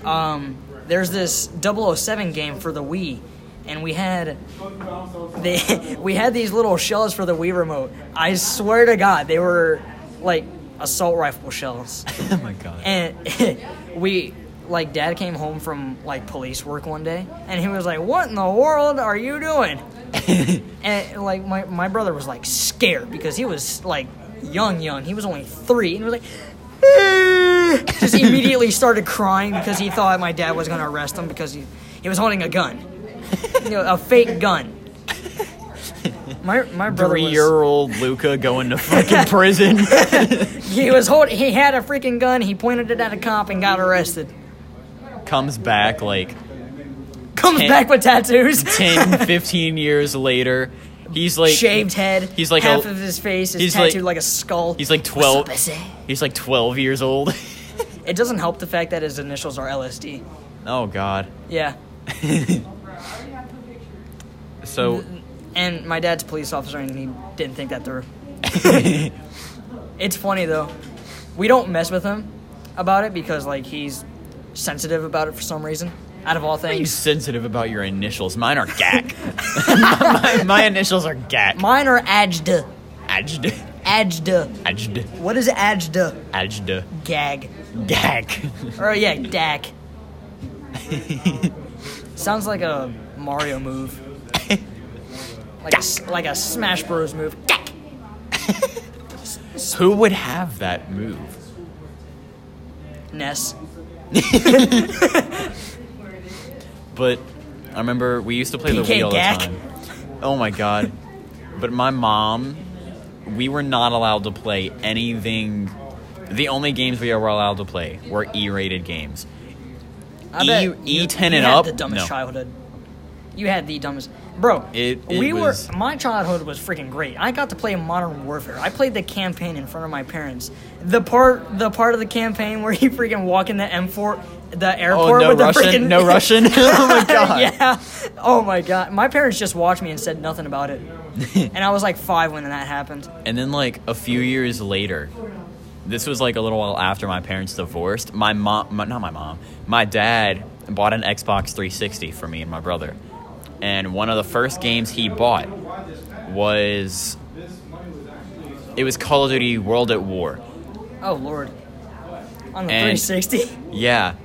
Um, there's this 007 game for the Wii, and we had [laughs] they, we had these little shells for the Wii remote. I swear to God, they were like assault rifle shells.
[laughs] oh my god.
And [laughs] we, like, dad came home from, like, police work one day, and he was like, What in the world are you doing? and, like, my, my brother was, like, scared because he was, like, young, young. He was only three, and he was like, [laughs] just immediately started crying because he thought my dad was going to arrest him because he, he was holding a gun. you know, a fake gun. My, my brother
Three
was-
year old Luca going to
[laughs]
fucking prison.
he was hold, he had a freaking gun he pointed it at a cop and got arrested
Comes back like
comes
Ten-
back with tattoos [laughs]
10, 15 years later. He's like
shaved head
He's like
half
a-
of his face is
he's
tattooed
like-
like, a skull
He's like
What's up,
twelve.
pussy?
He's like twelve years old. [laughs]
it doesn't help the fact that his initials are lsd
oh god.
yeah
So
and my dad's a police officer and he didn't think that through
[laughs]
it's funny though we don't mess with him about it because like he's sensitive about it for some reason out of all
are you
things
sensitive about your initials? Mine are
[laughs]
GAC. [laughs] my, my- my initials are GAC.
mine are ajda
Ajd.
ajda
Ajd.
what is ajda
Ajd.
gag
GAC.
Or yeah, Dak. [laughs] Sounds like a Mario
[laughs]
move. Like a, s- like a Smash Bros move. Dak.
[laughs] Who would have that move?
Ness.
But I remember we used to play the
PK
Wii all the
Gak.
time. Oh my god. but my mom, we were not allowed to play anything. The only games we were allowed to play were E rated games.
I
E-
bet
E10
you-
and
you had
up?
The dumbest
No.
childhood. You had the dumbest, bro.
It- it
we
was-
were. My childhood was freaking great. I got to play Modern Warfare. I played the campaign in front of my parents. The part, the part of the campaign where [laughs] you freaking walk in the M4, the
Oh,
airport
no
with the
Russian?
freaking [laughs]
No Russian? [laughs] oh my god.
yeah. Oh my god. My parents just watched me and said nothing about
[laughs]
it. and I was like five when that happened.
And then, like, a few years later, this was like a little while after my parents divorced. My mom, my, not my mom, my dad bought an Xbox 360 for me and my brother. And one of the first games he bought was it was Call of Duty World at War.
Oh lord. On the
And-
360.
Yeah,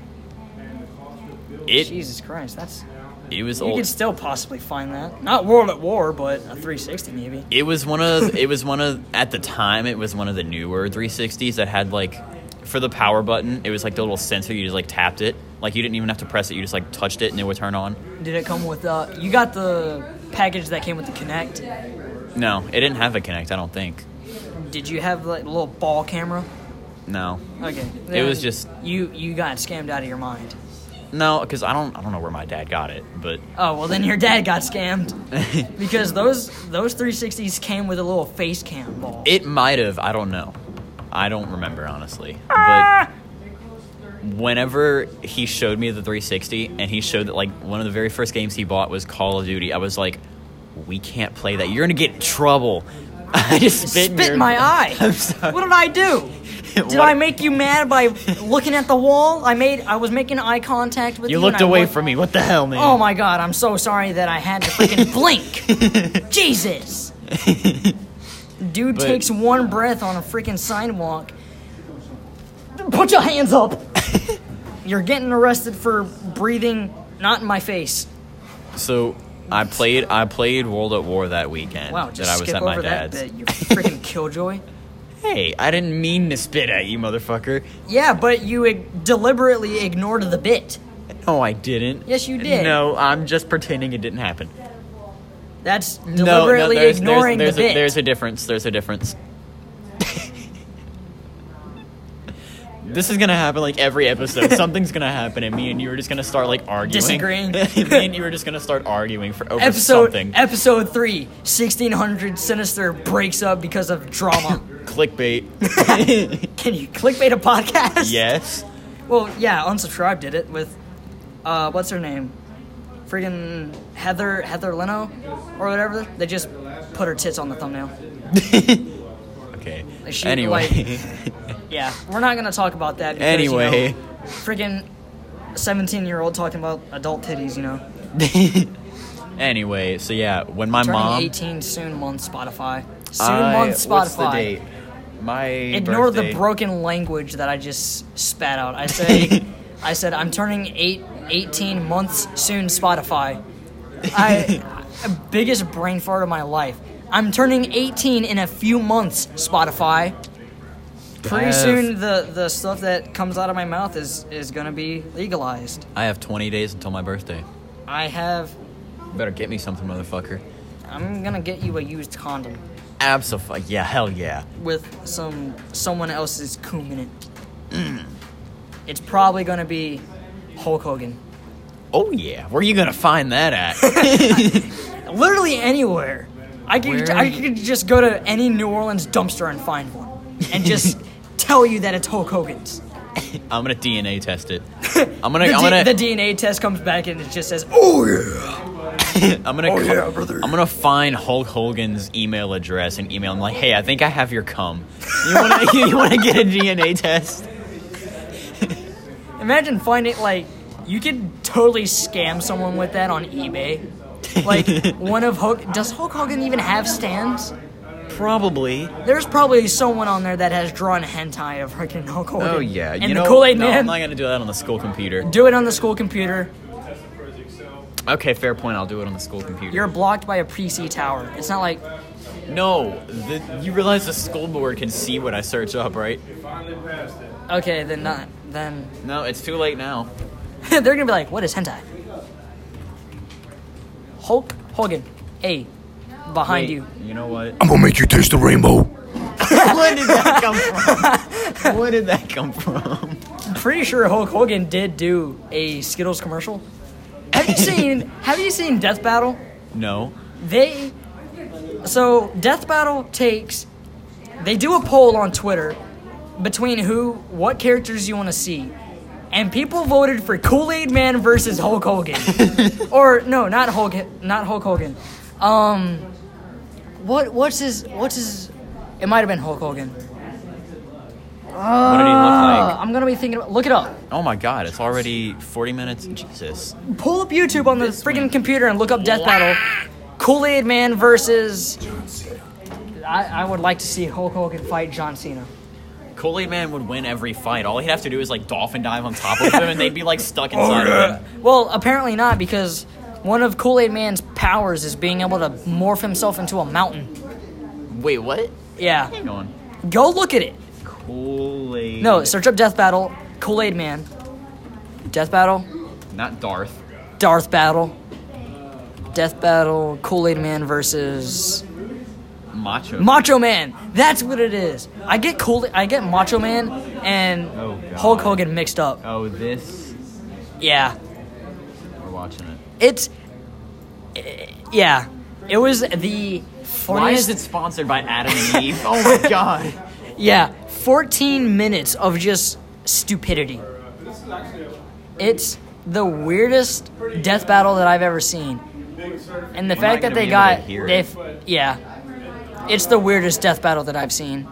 it
[laughs] Jesus Christ. That's
it was
you
old.
could still possibly find that. Not World at War, but a 360 maybe.
It was one of it was one of at the time it was one of the newer 360s that had like for the power button it was like the little sensor you just like tapped it like you didn't even have to press it you just like touched it and it would turn on.
Did it come with? Uh, you got the package that came with the Kinect.
No, it didn't have a connect. I don't think.
Did you have like a little ball camera?
No,
Okay.
It was just-
you. You got scammed out of your mind.
no, because I don't I don't know where my dad got it, but
Oh well, then your dad
[laughs]
got scammed because those those 360s came with a little face cam ball.
it might have. I don't know. I don't remember honestly. But whenever he showed me the 360 and he showed that like one of the very first games he bought was Call of Duty, I was like, we can't play that. You're gonna get in trouble. [laughs] I just spit,
spit
in
in
your- [laughs]
my eye.
I'm sorry.
What did I
[laughs]
do? Did
What-
I make you
[laughs]
mad by looking at the wall? I made I was making eye contact with you.
You
and
looked
I
away
looked-
from me. What the hell, man?
Oh my god, I'm so sorry that I had
[laughs]
to freaking blink. Jesus. Dude
But-
takes one breath on a freaking sidewalk. Put your
[laughs]
hands up. You're getting arrested for breathing not in my face.
So I played I played World at War that weekend
Wow,
that
just
I was
skip
at
over
my dad's.
that bit, you freaking killjoy.
Hey, I didn't mean to spit at you, motherfucker.
Yeah, but you ig- deliberately ignored the bit.
No, I didn't.
Yes, you did.
No, I'm just pretending it didn't happen.
That's
No,
deliberately
no, there's,
ignoring
there's, there's
the
a,
bit.
There's a difference. There's a difference. this is gonna happen like every episode. Something's gonna happen, and me and you are just gonna start like arguing. [laughs]
Disagreeing.
me and you are just gonna start arguing for over
episode
something.
episode 3 1600 sinister breaks up because
[laughs]
of drama [laughs]
Clickbait.
can you clickbait a podcast [laughs]
yes.
well yeah unsubscribe did it with uh what's her name freaking heather heather leno or whatever they just put her tits on the thumbnail
Okay.
She,
anyway.
yeah we're not gonna talk about that because, you
Anyway.
know, freaking 17 year old talking about adult titties you know
[laughs] anyway. So yeah, when my
turning
mom.
18 soon on spotify soon
I-
on spotify
What's the date? my
Ignore
birthday-
the broken language that I just spat out. I say, I said, I'm turning eight, 18 months soon. Spotify, I biggest brain fart of my life. I'm turning 18 in a few months. Spotify. Pretty
Yes.
soon, the, the stuff that comes out of my mouth is is gonna be legalized.
I have 20 days until my birthday.
I have.
You better get me something, motherfucker.
I'm gonna get you a used condom
Absolutely. Yeah, hell yeah.
with some someone else's coom in it. It's probably gonna be Hulk Hogan.
Oh yeah. Where you gonna find that
[laughs]
at?
Literally anywhere. I could
Where-
I could just go to any New Orleans dumpster and find one, and
[laughs]
just tell you that it's Hulk Hogan's.
I'm gonna DNA test
[laughs]
it. I'm gonna.
The,
I'm
D-
gonna.
the DNA test comes back and it just says, "Oh yeah."
[laughs]
Oh,
I'm gonna. co- I'm gonna find Hulk Hogan's email address and email him like, hey, I think I have your cum. You wanna? [laughs] you wanna get a DNA test?
Imagine finding like you could totally scam someone with that on eBay.
[laughs]
Like one of Hulk does Hulk Hogan even have stands?
Probably.
There's probably someone on there that has drawn hentai of freaking Hulk Hogan.
Oh yeah.
and
you
the
know.
Kool Aid
no,
Man.
I'm not gonna do that on the school computer.
Do it on the school computer.
Okay, fair point. I'll do it on the school computer.
You're blocked by a PC tower. It's not like
no. The, you realize the school board can see what I search up, right?
okay, then not then
No, it's too late now.
[laughs] they're gonna be like, what is hentai? Hulk Hogan, a behind
Wait,
you.
You know what?
I'm gonna make you taste the
[laughs]
rainbow.
Where did that come from? Where did that come from?
I'm pretty sure Hulk Hogan did do a Skittles commercial. Have you seen Have you seen Death Battle?
No.
They so Death Battle takes they do a poll on Twitter between who what characters you want to see. And people voted for Kool-Aid Man versus Hulk Hogan. or no, not Hulk not Hulk Hogan. Um what what's his what's his it might have been Hulk Hogan.
What did he
Uh,
look like?
I'm going to be thinking about look it up.
Oh my god, it's already 40 minutes. Jesus.
Pull up YouTube on the freaking computer and look up Death Battle. Kool Aid Man versus. I, I would like to see Hulk Hogan fight John Cena.
Kool Aid Man would win every fight. All he'd have to do is like dolphin dive on top of him and they'd be like stuck inside of him.
Well, apparently not because one of Kool Aid Man's powers is being able to morph himself into a mountain.
Wait, what?
Yeah,
Hang on.
go look at it.
Kool Aid.
No, search up Death Battle, Kool Aid Man, Death Battle,
Not Darth.
Darth Battle, Death Battle, Kool Aid Man versus
Macho.
Macho Man. That's what it is. I get cool. I get Macho Man and
Oh, God.
Hulk Hogan mixed up.
oh, this.
Yeah,
We're watching it.
it's eh, yeah. It was the
Why
funniest.
is it sponsored by Adam
[laughs]
and Eve? Oh my god.
Yeah, fourteen minutes of just stupidity. It's the weirdest death battle that I've ever seen, and the
We're
fact
not gonna
that
be able
they
to
got
hear
they
it.
yeah, it's the weirdest death battle that I've seen.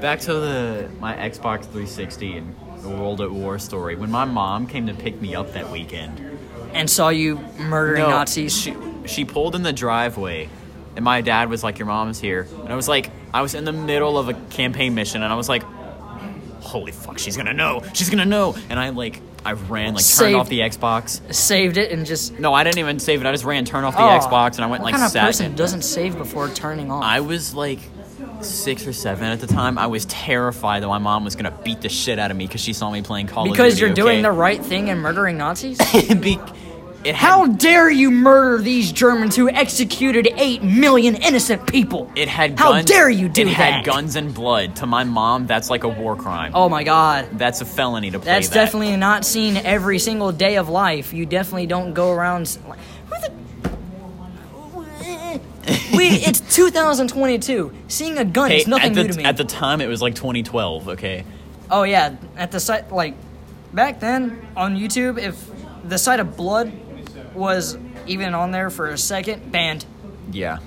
Back to the my Xbox 360 and the World at War story. When my mom came to pick me up that weekend,
And saw you murdering
No,
Nazis.
She she pulled in the driveway, and my dad was like, "Your mom's here," and I was like, I was in the middle of a campaign mission, and I was like, "Holy fuck, she's gonna know! She's gonna know!" And I like, I ran like
Saved-
turned off the Xbox.
saved it and just
No, I didn't even save it. I just ran, turned off the
Oh,
Xbox, and I went like
what kind of
sat.
person doesn't save before turning off?
I was like six or seven at the time. I was terrified that my mom was gonna beat the shit out of me because she saw me playing Call of
because
Duty.
you're doing
okay? [laughs]
the right thing and murdering Nazis.
Be- it
How
had,
dare you murder these Germans who executed eight million innocent people?
it had
How
guns,
dare you do
it
that?
had guns and blood to my mom that's like a war crime
Oh my God.
that's a felony to play
That's
that.
definitely not seen every single day of life. You definitely don't go around. s- like, Who the? We,
[laughs]
it's 2022. Seeing a gun
Hey,
is nothing
at the,
new to me.
at the time it was like 2012 okay
Oh yeah, at the site like back then on YouTube, if the site of blood was even on there for a second, banned.
yeah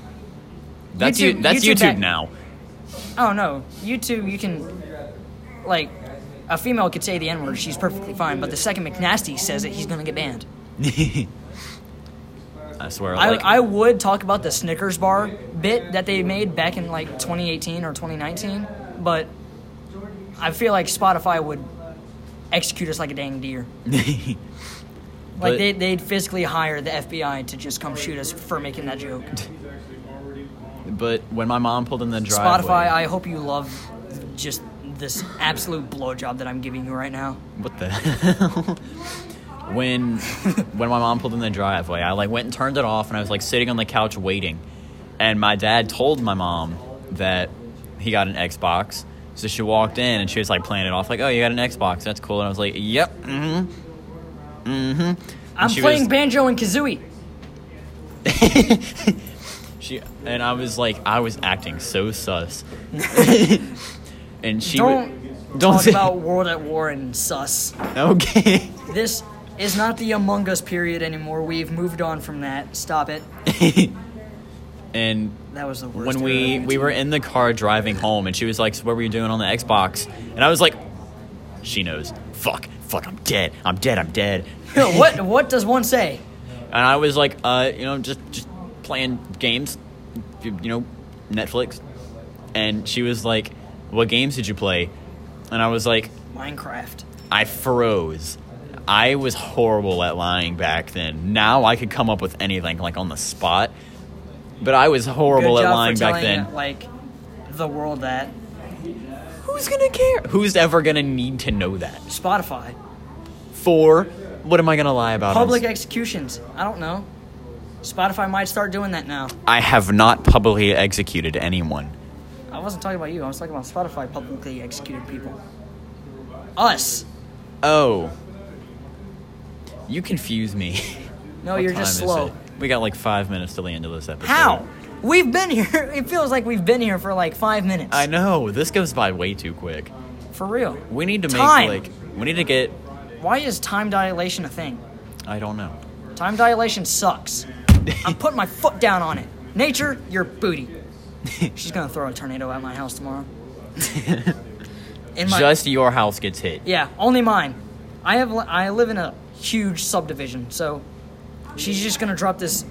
that's
YouTube-
you that's
YouTube
youtube,
back-
now
Oh no, YouTube you can like a female could say the N word, she's perfectly fine, but the second McNasty says it, he's gonna get banned.
I swear.
I,
like,
I would talk about the Snickers bar bit that they made back in like 2018 or 2019, but I feel like Spotify would execute us like a dang
[laughs]
deer. Like
But-
they, they'd physically hire the FBI to just come shoot us for making that joke.
but when my mom pulled in the driveway,
Spotify, I hope you love just this absolute blowjob that I'm giving you right now.
What the hell? when when my mom pulled in the driveway, I like went and turned it off, and I was like sitting on the couch waiting. And my dad told my mom that he got an Xbox, so she walked in and she was like playing it off, like, "Oh, you got an Xbox? That's cool." And I was like, "Yep, mm-hmm, mm-hmm."
I'm
she
playing
was-
banjo and kazooie.
She and I was like, I was acting so
[laughs]
sus. and she wa-
Don't talk
say- [laughs]
about World at War and sus.
okay.
This is not the Among Us period anymore. We've moved on from that. Stop it.
and
That was the worst.
when
era
we
of
we
YouTube.
were in the car driving home and she was like so what were you doing on the xbox and i was like she knows fuck fuck i'm dead i'm dead i'm dead [laughs]
what what does one say?
and i was like uh you know just just playing games you you know netflix and she was like what games did you play and i was like
Minecraft.
i froze i was horrible at lying back then now i could come up with anything like on the spot but i was horrible
Good
at
job
lying
for
back
telling,
then
Like the world that
Who's gonna care? Who's ever gonna need to know that?
Spotify
For what am I gonna lie about? on
public
s-
executions. I don't know. Spotify might start doing that now.
I have not publicly executed anyone.
I wasn't talking about you. I was talking about Spotify publicly executed people. Us.
Oh, you confuse [laughs] me.
No,
What
you're
time
just
is
slow.
it? We got like five minutes till the end of this episode.
How? We've been here. [laughs] It feels like we've been here for like five minutes.
I know this goes by way too quick.
For real.
We need to make
Time.
like we need to get.
Why is time dilation a thing?
I don't know.
Time dilation sucks. I'm putting my foot down on it. Nature, your
[laughs]
booty. She's gonna throw a tornado at my house tomorrow. In my
Just your house gets hit.
yeah, only mine. I have li- I live in a huge subdivision, so she's just gonna drop this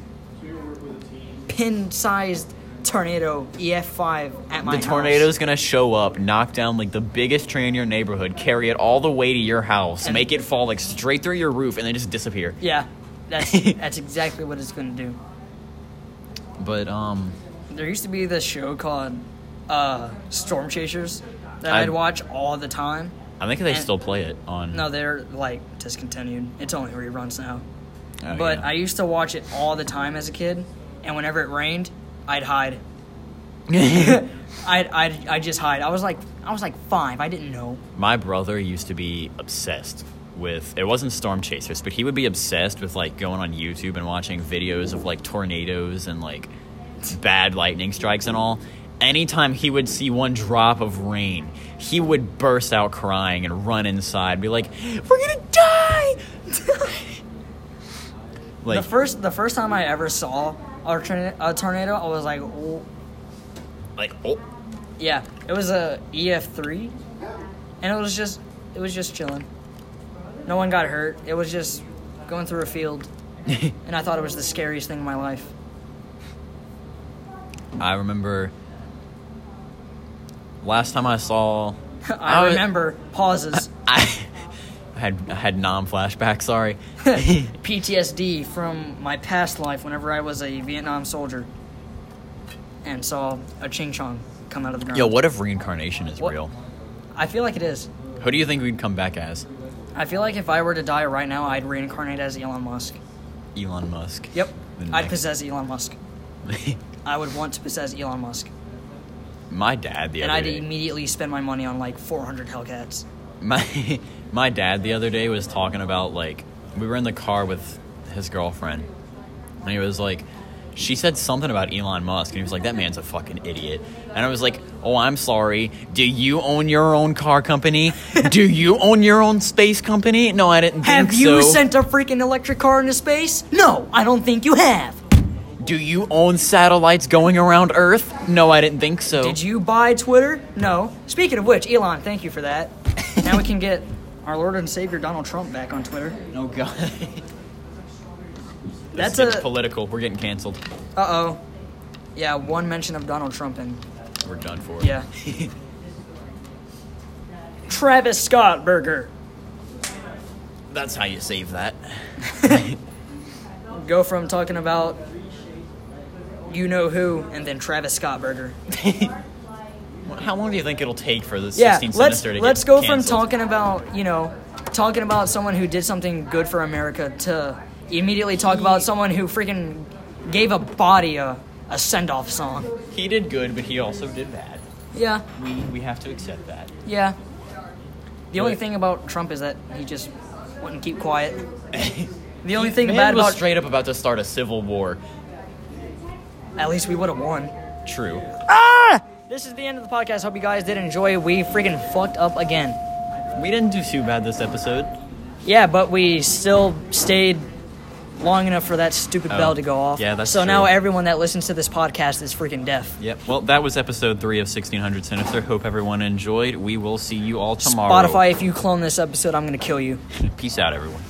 pin-sized tornado EF5 at my
The
house.
tornado's gonna show up, knock down like the biggest tree in your neighborhood, carry it all the way to your house,
And-
make it fall like straight through your roof, and then just disappear.
Yeah,
[laughs]
that's that's exactly what it's gonna do.
But um,
There used to be this show called uh, Storm Chasers that
I-
I'd watch all the time.
I think they
And-
still play it on.
No, they're like discontinued. It's only reruns now.
Oh,
but
yeah.
I used to watch it all the time as a kid, and whenever it rained, I'd hide. [laughs] I'd, I'd I'd just hide. I was like I was like five. I didn't know.
[laughs] my brother used to be obsessed with it wasn't storm chasers, but he would be obsessed with like going on YouTube and watching videos of like tornadoes and like bad lightning strikes and all. Anytime he would see one drop of rain, he would burst out crying and run inside, be like, "We're gonna die!" [laughs] like
the first the first time I ever saw a, torna- a tornado, I was like, oh,
like oh.
yeah, it was a EF three, and it was just it was just chilling. No one got hurt. It was just going through
[laughs]
a field, and I thought it was the scariest thing in my life.
I remember last time I saw. [laughs]
I
was-
remember
[laughs]
pauses,
I, I had I had non flashback. Sorry.
PTSD from my past life whenever I was a Vietnam soldier, and saw a ching chong come out of the ground.
Yo, what if reincarnation is
What?
real?
I feel like it is.
Who do you think we'd come back as?
I feel like if I were to die right now, I'd reincarnate as Elon Musk.
Elon Musk.
Yep,
The
I'd
next-
possess Elon
[laughs]
Musk. I would want to possess Elon Musk,
my dad the
and
other
I'd
day.
immediately spend my money on like 400 Hellcats.
my [laughs] my dad the other day was talking about like we were in the car with his girlfriend and he was like she said something about Elon Musk and he was like that man's a fucking idiot and I was like oh I'm sorry do you own your own car
[laughs]
company do you own your own space company no I didn't
Have
think
you
so
sent a freaking electric car into space? No, I don't think you have.
do you own satellites going around earth no I didn't think so
Did you buy Twitter? No. Speaking of which, Elon, thank you for that. now we
[laughs]
can get our Lord and Savior Donald Trump back on Twitter.
oh god
That's
it's
a-
political. We're getting canceled.
Uh oh. Yeah, one mention of Donald Trump and
We're done for.
yeah. Travis Scott burger.
[laughs] That's how you save that.
Go from talking about you know who and then Travis Scott burger.
How long do you think it'll take for the 16
Yeah, let's
Sinister to
let's
get
go from
canceled?
talking about you know talking about someone who did something good for America to immediately talk about someone who freaking gave a body a, a send off song.
He did good, but he also did bad.
Yeah,
We we have to accept that.
yeah. The only
But-
thing about Trump is that he just wouldn't
[laughs]
keep quiet. The only thing
Man
bad
was
about
straight up about to start a civil war.
at least we would have won.
True.
Ah! This is the end of the podcast. Hope you guys did enjoy. We freaking fucked up again.
We didn't do too bad this episode.
Yeah, but we still stayed long enough for that stupid
Oh,
bell to go off.
yeah, that's
so now
true.
everyone that listens to this podcast is freaking deaf.
Yep. Well, that was episode three of 1600 Sinister. Hope everyone enjoyed. We will see you all tomorrow.
Spotify, if you clone this episode, I'm gonna kill you.
Peace out, everyone.